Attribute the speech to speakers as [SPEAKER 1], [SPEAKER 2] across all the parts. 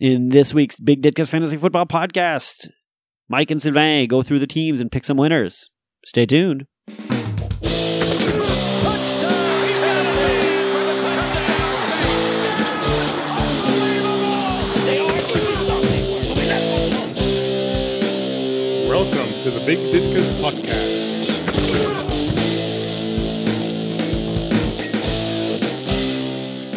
[SPEAKER 1] In this week's Big Ditka's Fantasy Football Podcast, Mike and Sylvain go through the teams and pick some winners. Stay tuned.
[SPEAKER 2] Touchdown, Tennessee! Touchdown, Saints! Unbelievable! They are unbelievable. Look at that.
[SPEAKER 3] Welcome to the Big Ditkas Podcast.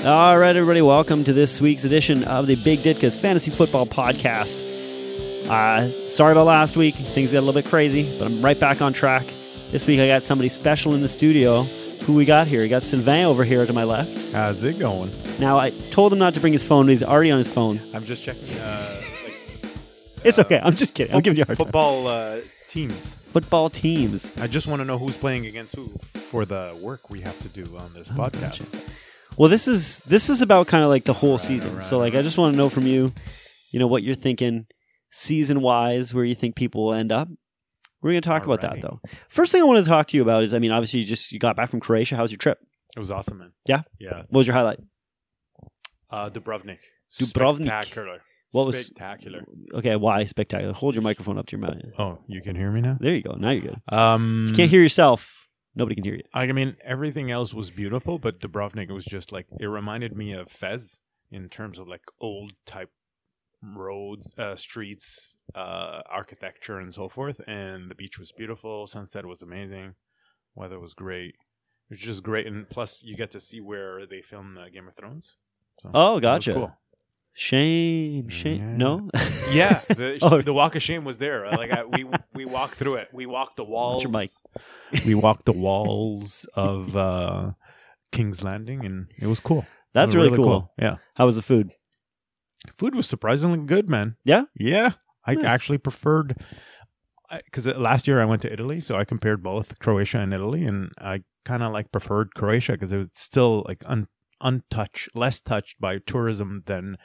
[SPEAKER 1] All right, everybody, welcome to this week's edition of the Big Ditka's Fantasy Football Podcast. Uh, sorry about last week. Things got a little bit crazy, but I'm right back on track. This week I got somebody special in the studio. Who we got here? We got Sylvain over here to my left.
[SPEAKER 3] How's it going?
[SPEAKER 1] Now, I told him not to bring his phone, but he's already on his phone.
[SPEAKER 3] I'm just checking uh, like,
[SPEAKER 1] It's okay. I'm just kidding. I'm giving you a hard time.
[SPEAKER 3] football uh, teams.
[SPEAKER 1] Football teams.
[SPEAKER 3] I just want to know who's playing against who for the work we have to do on
[SPEAKER 1] Oh,
[SPEAKER 3] this podcast.
[SPEAKER 1] Well, this is this is about kind of like the whole season.
[SPEAKER 3] alright,
[SPEAKER 1] so, like, I just want to know from you, you know, what you're thinking season wise, where you think people will end up. We're going to talk about that
[SPEAKER 3] Alrighty.
[SPEAKER 1] though. First thing I want to talk to you about is, I mean, obviously, you just you got back from Croatia. How's your trip?
[SPEAKER 3] It was awesome, man.
[SPEAKER 1] Yeah?
[SPEAKER 3] yeah.
[SPEAKER 1] What was your highlight?
[SPEAKER 3] Uh, Dubrovnik.
[SPEAKER 1] Dubrovnik.
[SPEAKER 3] Spectacular.
[SPEAKER 1] What was-
[SPEAKER 3] spectacular?
[SPEAKER 1] Okay, why spectacular? Hold your microphone up to your mouth.
[SPEAKER 3] Oh, you can hear me now.
[SPEAKER 1] There you go. Now you're good.
[SPEAKER 3] Um,
[SPEAKER 1] If you can't hear yourself. Nobody can hear you.
[SPEAKER 3] I mean, everything else was beautiful, but Dubrovnik was just like it reminded me of Fez in terms of like old type roads, uh, streets, uh, architecture, and so forth. And the beach was beautiful. Sunset was amazing. Weather was great. It was just great, and plus you get to see where they film uh, Game of Thrones. So
[SPEAKER 1] Oh,
[SPEAKER 3] that was
[SPEAKER 1] gotcha.
[SPEAKER 3] cool.
[SPEAKER 1] Shame, shame.
[SPEAKER 3] Yeah.
[SPEAKER 1] No.
[SPEAKER 3] Yeah, the,
[SPEAKER 1] Oh.
[SPEAKER 3] the walk of shame was there. Like I, we we walked through it. We walked the walls.
[SPEAKER 1] your mic.
[SPEAKER 3] we walked the walls of uh, King's Landing, and it was cool.
[SPEAKER 1] That's
[SPEAKER 3] It was
[SPEAKER 1] really, cool.
[SPEAKER 3] Yeah,
[SPEAKER 1] How was the food?
[SPEAKER 3] food was surprisingly good, man.
[SPEAKER 1] Yeah?
[SPEAKER 3] yeah. I
[SPEAKER 1] Nice.
[SPEAKER 3] actually preferred because last year I went to Italy, so I compared both Croatia and Italy, and I kind of like preferred Croatia because it was still like un- untouched, less touched by tourism than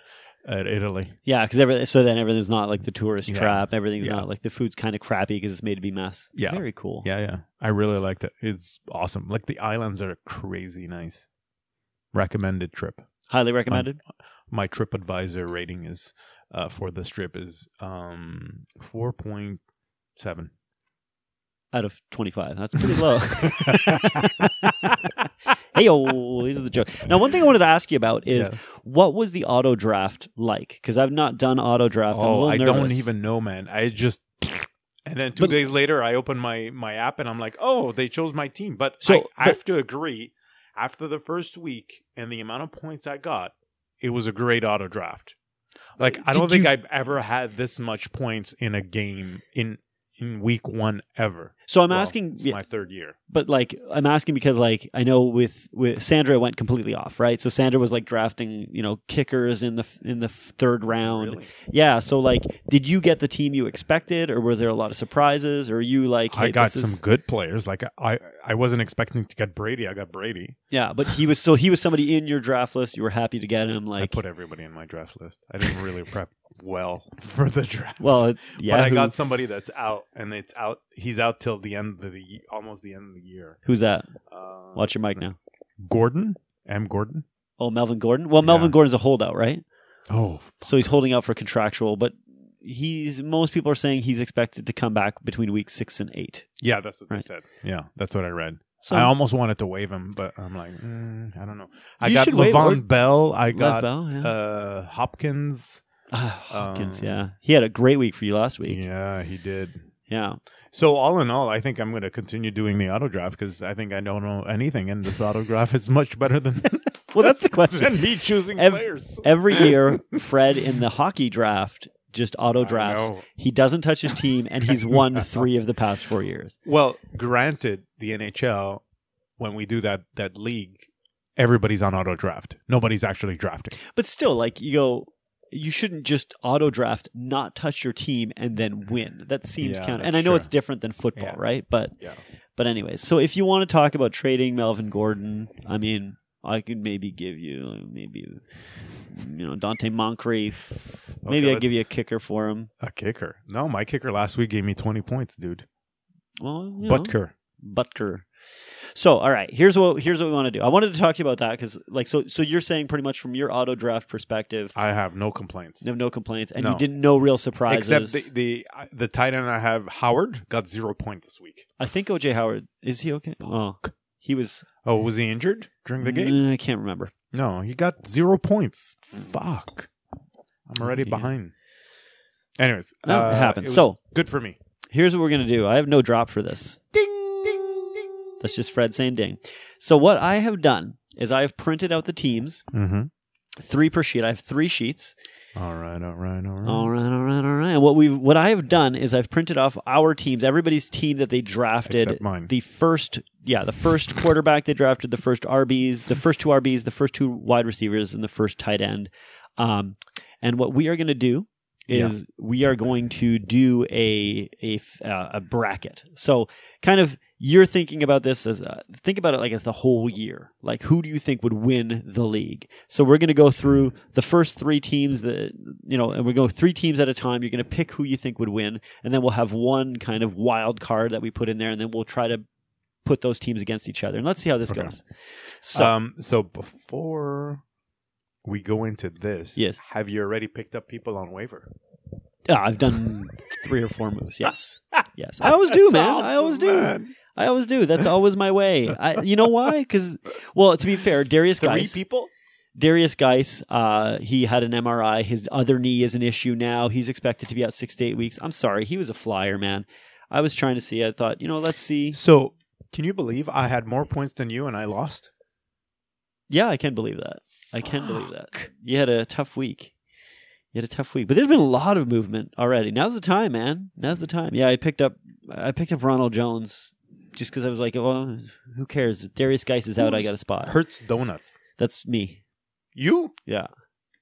[SPEAKER 3] uh, Italy.
[SPEAKER 1] Yeah, because every so then everything's not like the tourist
[SPEAKER 3] Yeah.
[SPEAKER 1] trap. Everything's
[SPEAKER 3] Yeah.
[SPEAKER 1] not like the food's kind of crappy because it's made to be mess.
[SPEAKER 3] Yeah.
[SPEAKER 1] very cool.
[SPEAKER 3] Yeah, yeah. I really liked it. It's awesome. Like the islands are crazy nice. Recommended trip.
[SPEAKER 1] highly
[SPEAKER 3] Um,
[SPEAKER 1] recommended.
[SPEAKER 3] uh, My trip advisor rating is uh, for this trip is um 4.7.
[SPEAKER 1] Out of twenty five, that's pretty low. hey yo, this is the joke. Now, one thing I wanted to ask you about is
[SPEAKER 3] Yeah.
[SPEAKER 1] what was the auto draft like? Because I've not done auto draft. I'm a
[SPEAKER 3] Oh,
[SPEAKER 1] little
[SPEAKER 3] I don't
[SPEAKER 1] nervous.
[SPEAKER 3] even know, man. I just and then two
[SPEAKER 1] But-
[SPEAKER 3] days later I open my my app and I'm like, "Oh, they chose my team." But
[SPEAKER 1] So,
[SPEAKER 3] I, I
[SPEAKER 1] but-
[SPEAKER 3] have to agree after the first week and the amount of points I got, it was a great auto draft. Like I
[SPEAKER 1] Uh, Did
[SPEAKER 3] don't think
[SPEAKER 1] you-
[SPEAKER 3] I've ever had this much points in a game in in week 1 ever.
[SPEAKER 1] So I'm
[SPEAKER 3] Well,
[SPEAKER 1] asking,
[SPEAKER 3] It's
[SPEAKER 1] yeah,
[SPEAKER 3] my third year.
[SPEAKER 1] but like I'm asking because like I know with with Sandra went completely off, right? So Sandra was like drafting, you know, kickers in the f- in the f- third round.
[SPEAKER 3] Really?
[SPEAKER 1] Yeah. So, like, did you get the team you expected, or were there a lot of surprises, or you like?
[SPEAKER 3] I
[SPEAKER 1] hey,
[SPEAKER 3] got
[SPEAKER 1] this
[SPEAKER 3] some
[SPEAKER 1] is-
[SPEAKER 3] good players. Like I I wasn't expecting to get Brady. I got Brady.
[SPEAKER 1] Yeah, but he was so he was somebody in your draft list. You were happy to get him. Like,
[SPEAKER 3] I put everybody in my draft list. I didn't really prep well for the draft.
[SPEAKER 1] well, uh, yeah.
[SPEAKER 3] but I
[SPEAKER 1] who-
[SPEAKER 3] got somebody that's out, and it's out. He's out till the end of the ye- almost the end of the year.
[SPEAKER 1] who's that?
[SPEAKER 3] Uh,
[SPEAKER 1] Watch your mic now.
[SPEAKER 3] Gordon M. Gordon.
[SPEAKER 1] Oh, Melvin Gordon. Well, Melvin
[SPEAKER 3] Yeah.
[SPEAKER 1] Gordon's a holdout, right?
[SPEAKER 3] Oh,
[SPEAKER 1] So he's holding out for contractual, but he's most people are saying he's expected to come back between week six and eight.
[SPEAKER 3] yeah, that's what
[SPEAKER 1] Right.
[SPEAKER 3] they said. Yeah, that's what I read.
[SPEAKER 1] So
[SPEAKER 3] I almost wanted to waive him, but I'm like, mm, I don't know. I
[SPEAKER 1] You
[SPEAKER 3] got
[SPEAKER 1] should waive
[SPEAKER 3] Levon
[SPEAKER 1] Gordon.
[SPEAKER 3] Bell. I
[SPEAKER 1] Lev
[SPEAKER 3] got
[SPEAKER 1] Bell, yeah.
[SPEAKER 3] uh, Hopkins.
[SPEAKER 1] Ah, Hopkins,
[SPEAKER 3] um,
[SPEAKER 1] yeah, he had a great week for you last week. Yeah,
[SPEAKER 3] Yeah, he did. So all in all, I think I'm going to continue doing the auto draft because I think I don't know anything, and this auto draft is much better than
[SPEAKER 1] well, that's the question.
[SPEAKER 3] than me choosing
[SPEAKER 1] Ev-
[SPEAKER 3] players.
[SPEAKER 1] Every year, Fred in the hockey draft just auto drafts. He doesn't touch his team, and he's won three of the past four years.
[SPEAKER 3] Well, granted, the NHL, when we do that that league, everybody's on auto draft. Nobody's actually drafting.
[SPEAKER 1] But still, like you go, you shouldn't just auto draft, not touch your team, and then win. That seems
[SPEAKER 3] Yeah,
[SPEAKER 1] counter.
[SPEAKER 3] that's
[SPEAKER 1] And I know
[SPEAKER 3] true.
[SPEAKER 1] it's different than football,
[SPEAKER 3] Yeah.
[SPEAKER 1] right? But
[SPEAKER 3] Yeah.
[SPEAKER 1] but anyways, so if you want to talk about trading Melvin Gordon, I mean, I could maybe give you maybe you know Dante Moncrief. Maybe I
[SPEAKER 3] let's-
[SPEAKER 1] give you a kicker for him.
[SPEAKER 3] A kicker? No, my kicker last week gave me twenty points, dude.
[SPEAKER 1] Well, you know,
[SPEAKER 3] Butker.
[SPEAKER 1] Butker. So, all right, here's what here's what we want to do. I wanted to talk to you about that because, like, so so you're saying pretty much from your auto draft perspective,
[SPEAKER 3] I have no complaints.
[SPEAKER 1] you have no complaints, and you
[SPEAKER 3] No.
[SPEAKER 1] didn't know real surprises.
[SPEAKER 3] Except the the, uh, the tight end I have, Howard, got zero point this week.
[SPEAKER 1] I think OJ Howard is he okay? Oh, he was.
[SPEAKER 3] Oh, was he injured during the game?
[SPEAKER 1] Mm, I can't remember.
[SPEAKER 3] No, he got zero points. Fuck. I'm already
[SPEAKER 1] Yeah.
[SPEAKER 3] behind. Anyways,
[SPEAKER 1] No,
[SPEAKER 3] uh,
[SPEAKER 1] it happens.
[SPEAKER 3] was
[SPEAKER 1] So
[SPEAKER 3] good for me.
[SPEAKER 1] here's what we're gonna do. I have no drop for this.
[SPEAKER 3] Ding, ding, ding.
[SPEAKER 1] That's just Fred saying ding. So what I have done is I have printed out the teams,
[SPEAKER 3] Mm-hmm.
[SPEAKER 1] three per sheet. I have three sheets.
[SPEAKER 3] All right, all right, all right.
[SPEAKER 1] All right, all right, all right. What we've what I have done is I've printed off our teams, everybody's team that they drafted.
[SPEAKER 3] Except mine.
[SPEAKER 1] The first, yeah, the first quarterback they drafted, the first RBs, the first two RBs, the first two wide receivers, and the first tight end. Um, and what we are going to do is we are going to do a a f- uh, a bracket. So kind of you're thinking about this as uh, think about it like as the whole year. Like who do you think would win the league? So we're going to go through the first three teams that you know, and we go three teams at a time. You're going to pick who you think would win, and then we'll have one kind of wild card that we put in there, and then we'll try to put those teams against each other. And let's see how this
[SPEAKER 3] Okay.
[SPEAKER 1] goes. So
[SPEAKER 3] um, so before we go into this,
[SPEAKER 1] Yes.
[SPEAKER 3] have you already picked up people on waiver?
[SPEAKER 1] ah, I've done three or four moves. Yes, yes, I always do,
[SPEAKER 3] That's
[SPEAKER 1] man. I always
[SPEAKER 3] awesome,
[SPEAKER 1] do.
[SPEAKER 3] man.
[SPEAKER 1] I always do. That's always my way. I, you know why? Because, well, to be fair, Darius
[SPEAKER 3] Three
[SPEAKER 1] Geis,
[SPEAKER 3] people.
[SPEAKER 1] Darius Geis, uh, he had an MRI. His other knee is an issue now. He's expected to be out six to eight weeks. I'm sorry, he was a flyer, man. I was trying to see. I thought, you know, let's see.
[SPEAKER 3] So, can you believe I had more points than you and I lost?
[SPEAKER 1] Yeah, I can believe that. I can believe that. You had a tough week. You had a tough week, but there's been a lot of movement already. Now's the time, man. Now's the time. Yeah, I picked up. I picked up Ronald Jones just because I was like, well, who cares? If Darius Geis is out. I
[SPEAKER 3] Who's
[SPEAKER 1] got a spot.
[SPEAKER 3] Hertz Donuts.
[SPEAKER 1] That's me.
[SPEAKER 3] You?
[SPEAKER 1] Yeah.
[SPEAKER 3] What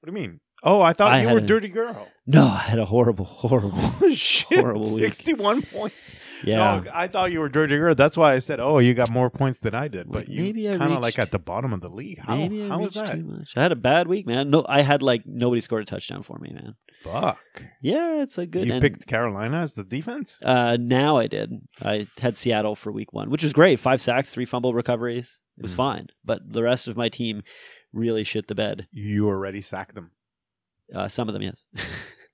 [SPEAKER 3] do you mean? Oh, I thought
[SPEAKER 1] I
[SPEAKER 3] you were
[SPEAKER 1] had a-
[SPEAKER 3] dirty girl.
[SPEAKER 1] No, I had a horrible, horrible.
[SPEAKER 3] Shit,
[SPEAKER 1] Horrible week.
[SPEAKER 3] sixty-one points.
[SPEAKER 1] Yeah.
[SPEAKER 3] No, I thought you were dirty girl. That's why I said, "Oh, you got more points than I did."
[SPEAKER 1] Wait,
[SPEAKER 3] But you
[SPEAKER 1] maybe I
[SPEAKER 3] kind of like
[SPEAKER 1] reached-
[SPEAKER 3] at the bottom of the league. How
[SPEAKER 1] Maybe I
[SPEAKER 3] how was
[SPEAKER 1] reached
[SPEAKER 3] that?
[SPEAKER 1] too much. I had a bad week, man. No, I had like nobody scored a touchdown for me, man.
[SPEAKER 3] Fuck.
[SPEAKER 1] Yeah, it's a good.
[SPEAKER 3] you
[SPEAKER 1] and,
[SPEAKER 3] picked Carolina as the defense.
[SPEAKER 1] Uh, now I did. I had Seattle for week one, which was great. Five sacks, three fumble recoveries. It was
[SPEAKER 3] Mm.
[SPEAKER 1] fine. But the rest of my team really shit the bed.
[SPEAKER 3] You already sacked them.
[SPEAKER 1] Uh, some of them, yes.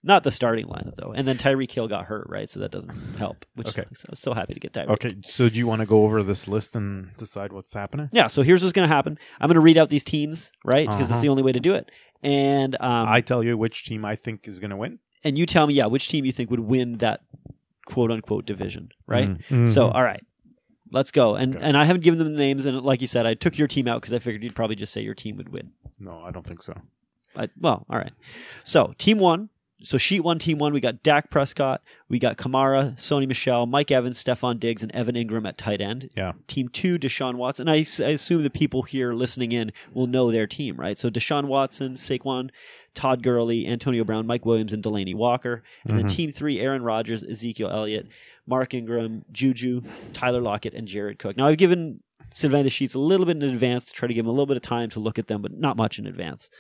[SPEAKER 1] Not the starting lineup though. And then Tyreek Hill got hurt, right? So that doesn't help. Which
[SPEAKER 3] Okay.
[SPEAKER 1] sucks. I was so happy to get Tyreek.
[SPEAKER 3] Okay, so do you want to go over this list and decide what's happening?
[SPEAKER 1] Yeah. So here's what's gonna happen. I'm gonna read out these teams, right? Because that's
[SPEAKER 3] Uh-huh.
[SPEAKER 1] the only way to do it. And um,
[SPEAKER 3] I tell you which team I think is going to win.
[SPEAKER 1] and you tell me, yeah, which team you think would win that quote unquote division, right? Mm-hmm. So, all right, let's go. And
[SPEAKER 3] Mm-hmm. Okay.
[SPEAKER 1] and I haven't given them the names. And like you said, I took your team out because I figured you'd probably just say your team would win.
[SPEAKER 3] no, I don't think so.
[SPEAKER 1] I, well, all right. So, team one. So, sheet one, team one, we got Dak Prescott, we got Kamara, Sony Michelle, Mike Evans, Stefan Diggs, and Evan Ingram at tight end.
[SPEAKER 3] Yeah.
[SPEAKER 1] Team two, Deshaun Watson. I, s- I assume the people here listening in will know their team, right? So, Deshaun Watson, Saquon, Todd Gurley, Antonio Brown, Mike Williams, and Delaney Walker. And then
[SPEAKER 3] Mhm.
[SPEAKER 1] team three, Aaron Rodgers, Ezekiel Elliott, Mark Ingram, Juju, Tyler Lockett, and Jared Cook. Now, I've given Sylvain the Sheets a little bit in advance to try to give him a little bit of time to look at them, but not much in advance.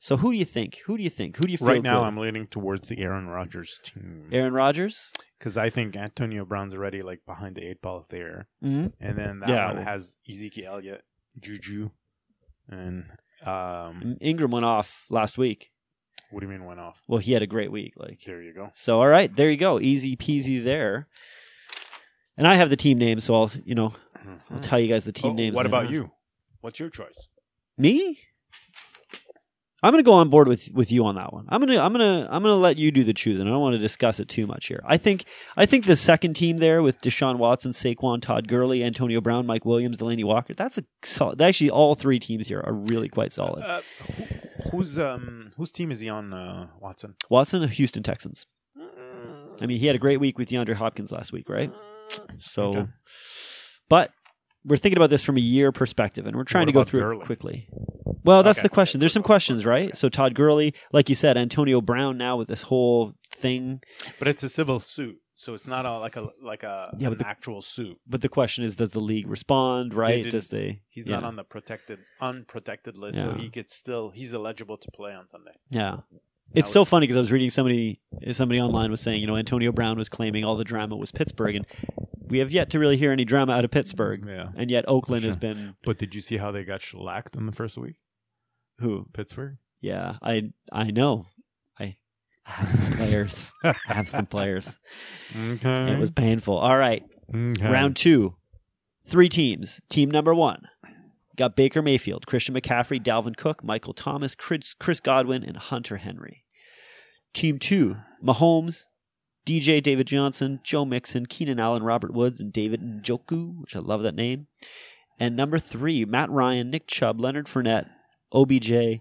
[SPEAKER 1] So who do you think? Who do you think? Who do you feel
[SPEAKER 3] Right now,
[SPEAKER 1] good?
[SPEAKER 3] I'm leaning towards the Aaron Rodgers team
[SPEAKER 1] Aaron Rodgers.
[SPEAKER 3] because I think Antonio Brown's already like behind the eight ball there,
[SPEAKER 1] Mm-hmm.
[SPEAKER 3] and then that
[SPEAKER 1] Yeah.
[SPEAKER 3] one has Ezekiel Elliott, Juju, and um,
[SPEAKER 1] Mm-hmm. Ingram went off last week.
[SPEAKER 3] what do you mean went off?
[SPEAKER 1] Well, he had a great week. Like
[SPEAKER 3] There you go.
[SPEAKER 1] so. All right, there you go. Easy peasy there. And I have the team name, so I'll you know I'll tell you guys the team
[SPEAKER 3] Oh,
[SPEAKER 1] names.
[SPEAKER 3] What
[SPEAKER 1] later
[SPEAKER 3] about
[SPEAKER 1] on.
[SPEAKER 3] you? What's your choice?
[SPEAKER 1] Me? I'm gonna go on board with with you on that one. I'm gonna I'm gonna I'm gonna let you do the choosing. I don't want to discuss it too much here. I think I think the second team there with Deshaun Watson, Saquon, Todd Gurley, Antonio Brown, Mike Williams, Delaney Walker. That's a solid. Actually, all three teams here are really quite solid.
[SPEAKER 3] Uh, who, who's um whose team is he on? Uh, Watson.
[SPEAKER 1] Watson, Houston Texans. I mean, he had a great week with DeAndre Hopkins last week, right? So,
[SPEAKER 3] Okay.
[SPEAKER 1] but we're thinking about this from a year perspective, and we're trying to
[SPEAKER 3] What
[SPEAKER 1] go
[SPEAKER 3] about
[SPEAKER 1] through it
[SPEAKER 3] Gurley?
[SPEAKER 1] quickly. Well, that's
[SPEAKER 3] Okay,
[SPEAKER 1] the
[SPEAKER 3] okay,
[SPEAKER 1] question. There's some
[SPEAKER 3] of course,
[SPEAKER 1] questions, right? So Todd Gurley, like you said, Antonio Brown now with this whole thing.
[SPEAKER 3] But it's a civil suit, so it's not a, like a like a
[SPEAKER 1] Yeah, but
[SPEAKER 3] an
[SPEAKER 1] the-
[SPEAKER 3] actual suit.
[SPEAKER 1] But the question is, does the league respond, right?
[SPEAKER 3] didn't.
[SPEAKER 1] does they?
[SPEAKER 3] He's
[SPEAKER 1] yeah.
[SPEAKER 3] not on the protected unprotected list, so
[SPEAKER 1] Yeah.
[SPEAKER 3] he gets still he's eligible to play on Sunday.
[SPEAKER 1] Yeah. It's
[SPEAKER 3] Now-
[SPEAKER 1] so funny because I was reading somebody somebody online was saying, you know, Antonio Brown was claiming all the drama was Pittsburgh, and we have yet to really hear any drama out of Pittsburgh,
[SPEAKER 3] Yeah.
[SPEAKER 1] and yet Oakland has
[SPEAKER 3] Sure.
[SPEAKER 1] been
[SPEAKER 3] But did you see how they got shellacked on the first week?
[SPEAKER 1] who?
[SPEAKER 3] Pittsburgh.
[SPEAKER 1] Yeah, I I know. I I have some players. I have some players.
[SPEAKER 3] Okay.
[SPEAKER 1] It was painful. All right,
[SPEAKER 3] Okay.
[SPEAKER 1] round two, three teams. Team number one got Baker Mayfield, Christian McCaffrey, Dalvin Cook, Michael Thomas, Chris, Chris Godwin, and Hunter Henry. Team two, Mahomes, DJ David Johnson, Joe Mixon, Keenan Allen, Robert Woods, and David Njoku, which I love that name. And number three, Matt Ryan, Nick Chubb, Leonard Fournette, OBJ,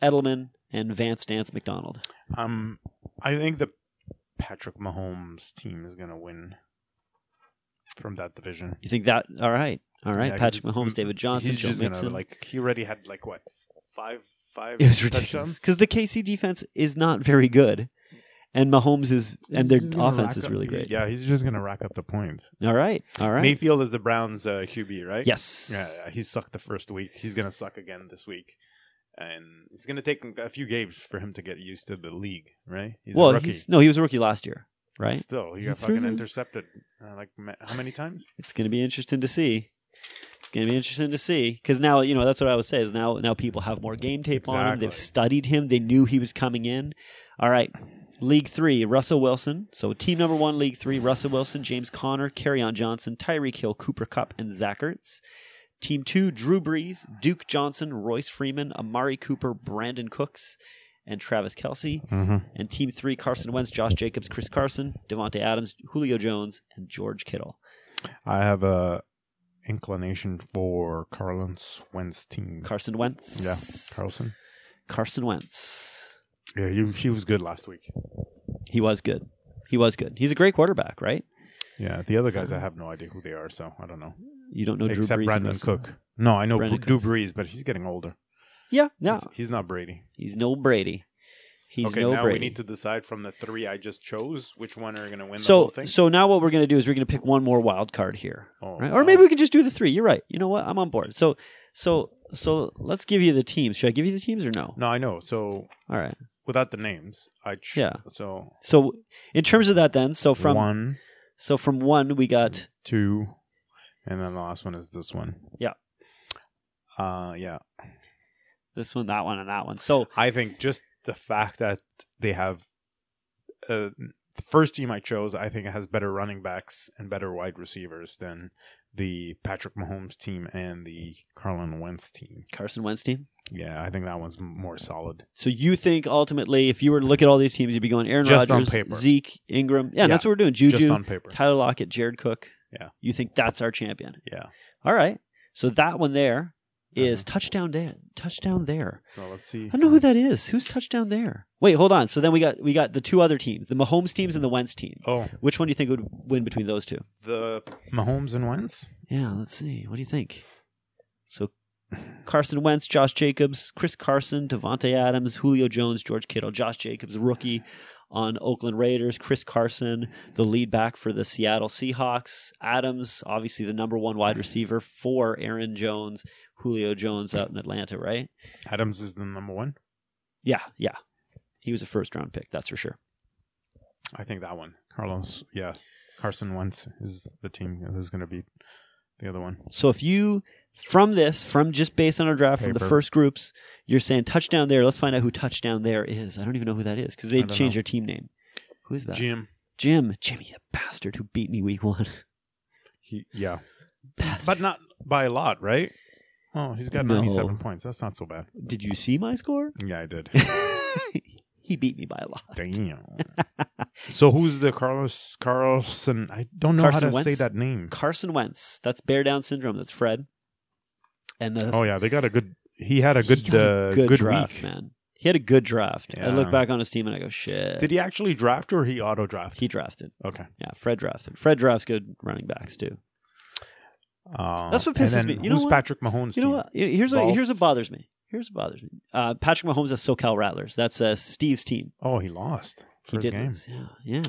[SPEAKER 1] Edelman, and Vance Dance McDonald.
[SPEAKER 3] Um, I think the Patrick Mahomes team is gonna win from that division.
[SPEAKER 1] You think that? All right. All right.
[SPEAKER 3] Yeah, 'cause
[SPEAKER 1] Patrick
[SPEAKER 3] it's-
[SPEAKER 1] Mahomes, David Johnson,
[SPEAKER 3] He's
[SPEAKER 1] Joe
[SPEAKER 3] just
[SPEAKER 1] Mixon.
[SPEAKER 3] gonna like he already had like what five five.
[SPEAKER 1] It was ridiculous
[SPEAKER 3] touchdowns?
[SPEAKER 1] because the KC defense is not very good, and Mahomes is, and their
[SPEAKER 3] He's just gonna
[SPEAKER 1] offense
[SPEAKER 3] rack
[SPEAKER 1] is
[SPEAKER 3] up-
[SPEAKER 1] really great.
[SPEAKER 3] Yeah, he's just gonna rack up the points.
[SPEAKER 1] All right, all right.
[SPEAKER 3] Mayfield is the Browns' uh, QB, right?
[SPEAKER 1] Yes.
[SPEAKER 3] Yeah, yeah, he sucked the first week. He's gonna suck again this week, and it's gonna take a few games for him to get used to the league, right? He's
[SPEAKER 1] well,
[SPEAKER 3] a rookie.
[SPEAKER 1] he's no, he was a rookie last year, right?
[SPEAKER 3] Still, he
[SPEAKER 1] He
[SPEAKER 3] got
[SPEAKER 1] threw
[SPEAKER 3] fucking
[SPEAKER 1] the-
[SPEAKER 3] intercepted uh, like ma- how many times?
[SPEAKER 1] It's going to be interesting to see. It's going to be interesting to see because now you know that's what I was saying is now now people have more game tape on him. They've
[SPEAKER 3] Exactly.
[SPEAKER 1] studied him. They knew he was coming in. All right. League three, Russell Wilson. So team number one, League three, Russell Wilson, James Conner, Carryon Johnson, Tyreek Hill, Cooper Cup, and Zacherts. Team two, Drew Brees, Duke Johnson, Royce Freeman, Amari Cooper, Brandon Cooks, and Travis Kelsey. And team three, Carson Wentz, Josh Jacobs, Chris Carson, Devontae Adams, Julio Jones, and George Kittle.
[SPEAKER 3] I have a inclination for Carlin Swentz team.
[SPEAKER 1] Carson Wentz.
[SPEAKER 3] Yeah, Carlson.
[SPEAKER 1] Carson Wentz.
[SPEAKER 3] Yeah, he, he was good last week.
[SPEAKER 1] He was good. He was good. He's a great quarterback, right?
[SPEAKER 3] Yeah, the other
[SPEAKER 1] Mm-hmm.
[SPEAKER 3] guys I have no idea who they are, so I don't know.
[SPEAKER 1] You don't know
[SPEAKER 3] Except
[SPEAKER 1] Drew Brees. and
[SPEAKER 3] Brandon
[SPEAKER 1] Russell.
[SPEAKER 3] Cook. No, I know
[SPEAKER 1] Brandon
[SPEAKER 3] Br- Drew
[SPEAKER 1] Cooks.
[SPEAKER 3] Brees, but he's getting older.
[SPEAKER 1] Yeah, no,
[SPEAKER 3] It's- he's not Brady.
[SPEAKER 1] he's no Brady. He's
[SPEAKER 3] okay,
[SPEAKER 1] no
[SPEAKER 3] now
[SPEAKER 1] Brady.
[SPEAKER 3] we need to decide from the three I just chose which one are going to win the
[SPEAKER 1] so,
[SPEAKER 3] whole thing.
[SPEAKER 1] so now what we're going to do is we're going to pick one more wild card here,
[SPEAKER 3] Oh,
[SPEAKER 1] right? Or maybe we could just do the three. You're right. You know what? I'm on board. So, so, so let's give you the teams. Should I give you the teams or no?
[SPEAKER 3] no, I know. So
[SPEAKER 1] All right.
[SPEAKER 3] without the names, I ch-
[SPEAKER 1] Yeah.
[SPEAKER 3] So
[SPEAKER 1] So, in terms of that, then, so from
[SPEAKER 3] one,
[SPEAKER 1] so from one we got
[SPEAKER 3] two, and then the last one is this one.
[SPEAKER 1] Yeah.
[SPEAKER 3] Uh, yeah.
[SPEAKER 1] this one, that one, and that one. So,
[SPEAKER 3] I think just the fact that they have uh, the first team I chose, I think it has better running backs and better wide receivers than the Patrick Mahomes team and the Carlin Wentz team.
[SPEAKER 1] Carson Wentz team.
[SPEAKER 3] Yeah, I think that one's m- more solid.
[SPEAKER 1] So you think ultimately, if you were to look at all these teams, you'd be going Aaron
[SPEAKER 3] Just on
[SPEAKER 1] Rodgers,
[SPEAKER 3] paper.
[SPEAKER 1] Zeke, Ingram. Yeah,
[SPEAKER 3] Yeah.
[SPEAKER 1] that's what we're doing.
[SPEAKER 3] Just
[SPEAKER 1] Juju,
[SPEAKER 3] on paper.
[SPEAKER 1] Tyler Lockett, Jared Cook.
[SPEAKER 3] Yeah.
[SPEAKER 1] You think that's our champion?
[SPEAKER 3] Yeah.
[SPEAKER 1] All right. So that one there is
[SPEAKER 3] Mm-hmm.
[SPEAKER 1] touchdown there. Touchdown there.
[SPEAKER 3] So let's see.
[SPEAKER 1] I don't know who that is. Who's touchdown there? Wait, hold on. So then we got we got the two other teams, the Mahomes teams and the Wentz team.
[SPEAKER 3] Oh,
[SPEAKER 1] Which one do you think would win between those two?
[SPEAKER 3] the Mahomes and Wentz.
[SPEAKER 1] Yeah, let's see. What do you think? So Carson Wentz, Josh Jacobs, Chris Carson, Devontae Adams, Julio Jones, George Kittle, Josh Jacobs, rookie on Oakland Raiders, Chris Carson, the lead back for the Seattle Seahawks, Adams, obviously the number one wide receiver for Aaron Jones, Julio Jones out in Atlanta, right?
[SPEAKER 3] Adams is the number one.
[SPEAKER 1] Yeah, yeah. He was a first round pick, that's for sure.
[SPEAKER 3] I think that one. Carlos. Yeah. Carson Wentz is the team that's going to beat the other one.
[SPEAKER 1] So if you from this, from just based on our draft from the
[SPEAKER 3] Paper.
[SPEAKER 1] first groups, you're saying touchdown there. Let's find out who touchdown there is. I don't even know who that is because
[SPEAKER 3] I
[SPEAKER 1] they
[SPEAKER 3] don't
[SPEAKER 1] changed
[SPEAKER 3] know.
[SPEAKER 1] their team name. Who is that?
[SPEAKER 3] Jim.
[SPEAKER 1] Jim. Jimmy, the bastard who beat me week one.
[SPEAKER 3] He, yeah.
[SPEAKER 1] Bastard.
[SPEAKER 3] but not by a lot, right? Oh, he's got
[SPEAKER 1] No.
[SPEAKER 3] 97 points. That's not so bad.
[SPEAKER 1] Did you see my score?
[SPEAKER 3] Yeah, I did.
[SPEAKER 1] he beat me by a lot.
[SPEAKER 3] Damn. so who's the Carlos Carlson? I don't know
[SPEAKER 1] Carson
[SPEAKER 3] how to
[SPEAKER 1] Wentz?
[SPEAKER 3] say that name.
[SPEAKER 1] Carson Wentz. That's bear down syndrome. That's Fred. And the
[SPEAKER 3] Oh yeah, they got a good. He had a good
[SPEAKER 1] he got a
[SPEAKER 3] uh, good,
[SPEAKER 1] draft,
[SPEAKER 3] week.
[SPEAKER 1] man. He had a good draft. I look
[SPEAKER 3] Yeah.
[SPEAKER 1] back on his team and I go, shit.
[SPEAKER 3] Did he actually draft or he auto draft?
[SPEAKER 1] he drafted.
[SPEAKER 3] Okay.
[SPEAKER 1] Yeah, Fred drafted. Fred drafts good running backs too.
[SPEAKER 3] Uh,
[SPEAKER 1] That's what
[SPEAKER 3] and
[SPEAKER 1] pisses
[SPEAKER 3] then
[SPEAKER 1] me. You know
[SPEAKER 3] who's
[SPEAKER 1] what?
[SPEAKER 3] Patrick Mahomes?
[SPEAKER 1] You know
[SPEAKER 3] team?
[SPEAKER 1] what? Here- Here's what,
[SPEAKER 3] Golf.
[SPEAKER 1] here's what bothers me. Here's what bothers me. Uh, Patrick Mahomes is SoCal Rattlers. That's uh, Steve's team.
[SPEAKER 3] Oh, he lost
[SPEAKER 1] He
[SPEAKER 3] first
[SPEAKER 1] did
[SPEAKER 3] game.
[SPEAKER 1] lose. Yeah, yeah.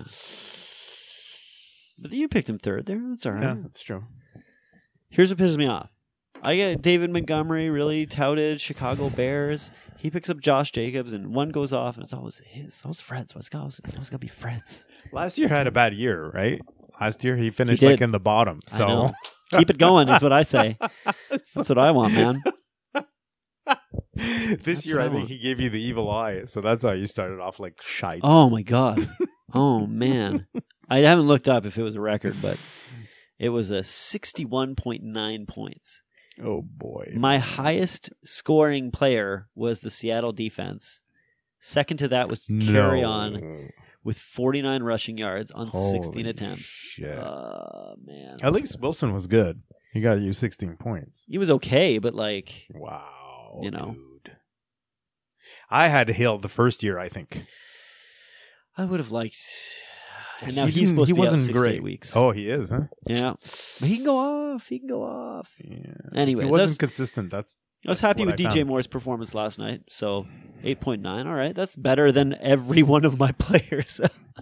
[SPEAKER 1] But you picked him third there. That's all right.
[SPEAKER 3] Yeah, that's true.
[SPEAKER 1] Here's what pisses me off. I get David Montgomery really touted Chicago Bears. He picks up Josh Jacobs, and one goes off, and it's always his. It's always Fred's. It's always, it's always got to be Fred's.
[SPEAKER 3] Last year had a bad year, right? last year. He finished
[SPEAKER 1] did.
[SPEAKER 3] like in the bottom.
[SPEAKER 1] I
[SPEAKER 3] So
[SPEAKER 1] know. Keep it going is what I say. That's what I want, man.
[SPEAKER 3] this
[SPEAKER 1] That's
[SPEAKER 3] year,
[SPEAKER 1] what
[SPEAKER 3] I
[SPEAKER 1] I
[SPEAKER 3] think
[SPEAKER 1] want.
[SPEAKER 3] he gave you the evil eye. So that's how you started off like shite.
[SPEAKER 1] Oh my god. Oh man. I haven't looked up if it was a record, but it was a 61.9 points.
[SPEAKER 3] Oh, boy.
[SPEAKER 1] My highest scoring player was the Seattle defense. Second to that was Carry On with 49 rushing yards on 16
[SPEAKER 3] Holy
[SPEAKER 1] attempts.
[SPEAKER 3] Shit.
[SPEAKER 1] Oh man.
[SPEAKER 3] At least Wilson was good. He got you 16 points.
[SPEAKER 1] He was okay, but like
[SPEAKER 3] Wow.
[SPEAKER 1] You know.
[SPEAKER 3] dude. I had Hill the first year, I think.
[SPEAKER 1] I would have liked and now
[SPEAKER 3] He
[SPEAKER 1] he's
[SPEAKER 3] didn't-
[SPEAKER 1] supposed
[SPEAKER 3] he
[SPEAKER 1] to be out
[SPEAKER 3] wasn't
[SPEAKER 1] six to eight
[SPEAKER 3] great.
[SPEAKER 1] weeks.
[SPEAKER 3] Oh, he is, huh?
[SPEAKER 1] Yeah. But he can go off. He can go off.
[SPEAKER 3] Yeah.
[SPEAKER 1] Anyways,
[SPEAKER 3] He
[SPEAKER 1] that's-
[SPEAKER 3] wasn't consistent. That's
[SPEAKER 1] I was
[SPEAKER 3] That's
[SPEAKER 1] happy
[SPEAKER 3] what
[SPEAKER 1] with
[SPEAKER 3] I
[SPEAKER 1] DJ
[SPEAKER 3] found.
[SPEAKER 1] Moore's performance last night. So 8.9. All right. That's better than every one of my players.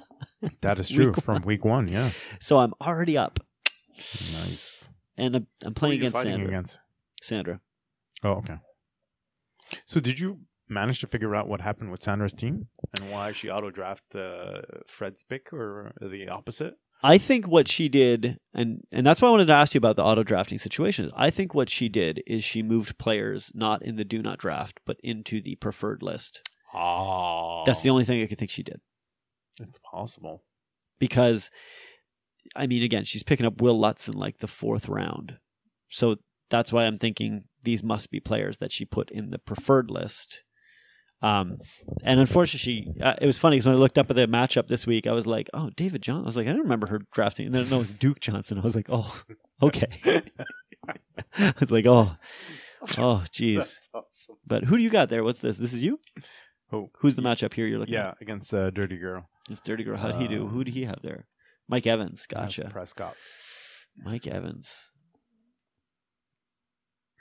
[SPEAKER 3] that is
[SPEAKER 1] Week
[SPEAKER 3] true from week one. Yeah,
[SPEAKER 1] so I'm already up.
[SPEAKER 3] nice.
[SPEAKER 1] And I'm, I'm
[SPEAKER 3] Who are
[SPEAKER 1] playing
[SPEAKER 3] you
[SPEAKER 1] against
[SPEAKER 3] fighting
[SPEAKER 1] Sandra.
[SPEAKER 3] against?
[SPEAKER 1] Sandra.
[SPEAKER 3] Oh, okay. So, did you manage to figure out what happened with Sandra's team and why she auto draft uh, Fred's pick or the opposite?
[SPEAKER 1] I think what she did, and, and that's why I wanted to ask you about the auto drafting situation. I think what she did is she moved players not in the do not draft, but into the preferred list.
[SPEAKER 3] Oh,
[SPEAKER 1] That's the only thing I could think she did.
[SPEAKER 3] It's possible.
[SPEAKER 1] because I mean, again, she's picking up Will Lutz in like the fourth round, so that's why I'm thinking these must be players that she put in the preferred list. Um, and unfortunately, she uh, it was funny because when I looked up at the matchup this week, I was like, "Oh, David Johnson." I was like, "I don't remember her drafting." And then no, it was Duke Johnson. I was like, "Oh, okay." I was like, "Oh, oh, jeez."
[SPEAKER 3] That's awesome.
[SPEAKER 1] But who do you got there? What's this? This is you.
[SPEAKER 3] Who?
[SPEAKER 1] Who's the matchup here? You're looking.
[SPEAKER 3] Yeah,
[SPEAKER 1] at?
[SPEAKER 3] against uh, Dirty Girl.
[SPEAKER 1] this dirty girl. How'd he do?
[SPEAKER 3] Um,
[SPEAKER 1] Who did he have there? Mike Evans.
[SPEAKER 3] That's
[SPEAKER 1] Gotcha.
[SPEAKER 3] Prescott.
[SPEAKER 1] Mike Evans.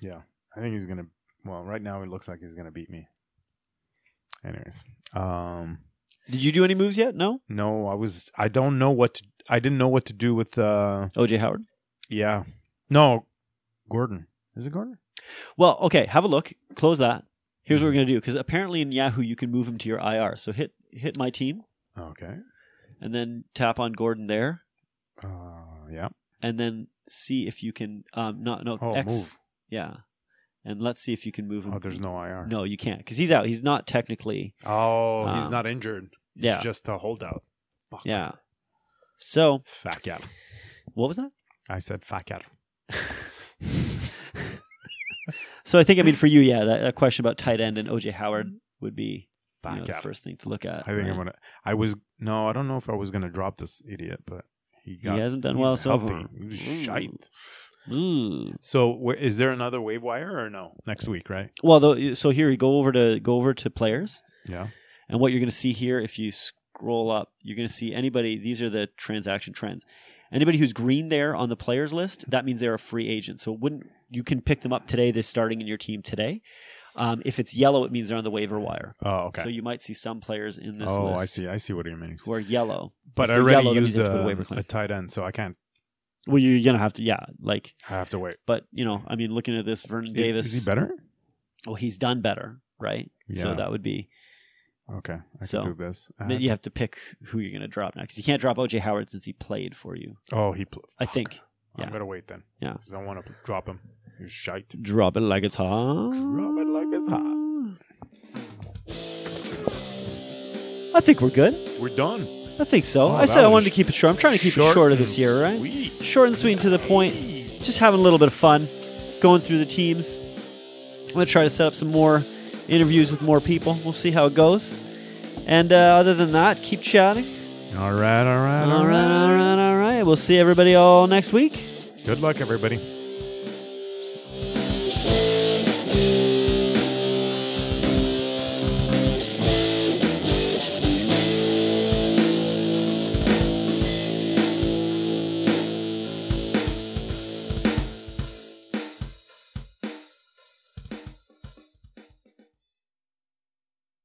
[SPEAKER 3] Yeah, I think he's gonna. Well, right now it looks like he's gonna beat me. Anyways, um,
[SPEAKER 1] Did you do any moves yet? No.
[SPEAKER 3] no, I was. I don't know what to. I didn't know what to do with. Uh,
[SPEAKER 1] OJ Howard.
[SPEAKER 3] yeah, no, Gordon. Is it Gordon?
[SPEAKER 1] Well, okay. Have a look. Close that. Here's what we're gonna do because apparently in Yahoo you can move him to your IR. So hit hit my team
[SPEAKER 3] Oh, Okay.
[SPEAKER 1] and then tap on Gordon there
[SPEAKER 3] Uh, yeah.
[SPEAKER 1] and then see if you can um not no
[SPEAKER 3] Oh,
[SPEAKER 1] X
[SPEAKER 3] move.
[SPEAKER 1] yeah and let's see if you can move him.
[SPEAKER 3] Oh, there's no IR.
[SPEAKER 1] no you can't because he's out. He's not technically
[SPEAKER 3] Oh, he's
[SPEAKER 1] Um,
[SPEAKER 3] not injured. He's
[SPEAKER 1] yeah.
[SPEAKER 3] just a holdout. Fuck.
[SPEAKER 1] yeah. So
[SPEAKER 3] Fuck yeah.
[SPEAKER 1] what was that?
[SPEAKER 3] I said fuck yeah.
[SPEAKER 1] So I think I mean for you yeah that, that question about tight end and OJ Howard would be you
[SPEAKER 3] Fuck
[SPEAKER 1] know, the
[SPEAKER 3] yeah.
[SPEAKER 1] first thing to look at.
[SPEAKER 3] I think
[SPEAKER 1] right?
[SPEAKER 3] I'm gonna. I was no. I don't know if I was gonna drop this idiot, but he got.
[SPEAKER 1] he hasn't done
[SPEAKER 3] he's
[SPEAKER 1] well so
[SPEAKER 3] healthy.
[SPEAKER 1] far.
[SPEAKER 3] He was
[SPEAKER 1] Ooh.
[SPEAKER 3] shite.
[SPEAKER 1] Ooh.
[SPEAKER 3] So where, is there another wave wire or no? Next week, right?
[SPEAKER 1] Well, though, so here you go over to go over to players,
[SPEAKER 3] Yeah.
[SPEAKER 1] and what you're going to see here, if you scroll up, you're going to see anybody. These are the transaction trends. Anybody who's green there on the players list, that means they're a free agent. So it wouldn't you can pick them up today? They're starting in your team today. Um, if it's yellow, it means they're on the waiver wire.
[SPEAKER 3] Oh, okay.
[SPEAKER 1] So you might see some players in this
[SPEAKER 3] oh,
[SPEAKER 1] list
[SPEAKER 3] I see. I see what he means.
[SPEAKER 1] who are yellow.
[SPEAKER 3] But
[SPEAKER 1] If
[SPEAKER 3] I
[SPEAKER 1] they're
[SPEAKER 3] already
[SPEAKER 1] yellow, that means
[SPEAKER 3] used
[SPEAKER 1] they have to go to
[SPEAKER 3] a,
[SPEAKER 1] waiver claim.
[SPEAKER 3] a tight end, so I can't.
[SPEAKER 1] Well, you're gonna have to, yeah, like,
[SPEAKER 3] I have to wait.
[SPEAKER 1] but you know, I mean, looking at this, Vernon
[SPEAKER 3] Is-
[SPEAKER 1] Davis,
[SPEAKER 3] Is, he better?
[SPEAKER 1] well, he's done better, right? So
[SPEAKER 3] Yeah.
[SPEAKER 1] that would be
[SPEAKER 3] Okay, I
[SPEAKER 1] So,
[SPEAKER 3] can do this. I
[SPEAKER 1] Then
[SPEAKER 3] had-
[SPEAKER 1] you have to pick who you're going to drop now because you can't drop OJ Howard since he played for you.
[SPEAKER 3] Oh, he. Pl-
[SPEAKER 1] I
[SPEAKER 3] fuck.
[SPEAKER 1] think yeah.
[SPEAKER 3] I'm gonna wait then.
[SPEAKER 1] Yeah.
[SPEAKER 3] Because I want to drop him. He's shite.
[SPEAKER 1] drop it like it's hot.
[SPEAKER 3] Drop it like it's hot.
[SPEAKER 1] I think we're good.
[SPEAKER 3] We're done.
[SPEAKER 1] I think so.
[SPEAKER 3] Oh,
[SPEAKER 1] I said
[SPEAKER 3] that
[SPEAKER 1] I
[SPEAKER 3] was
[SPEAKER 1] wanted to keep it short. I'm trying to keep it shorter this year, right? Short and sweet and to the point. Just having a little bit of fun, going through the teams. I'm going to try to set up some more interviews with more people. We'll see how it goes. And uh, other than that, keep chatting.
[SPEAKER 3] All right, all right,
[SPEAKER 1] All right, all right, all right. We'll see everybody all next week.
[SPEAKER 3] Good luck, everybody.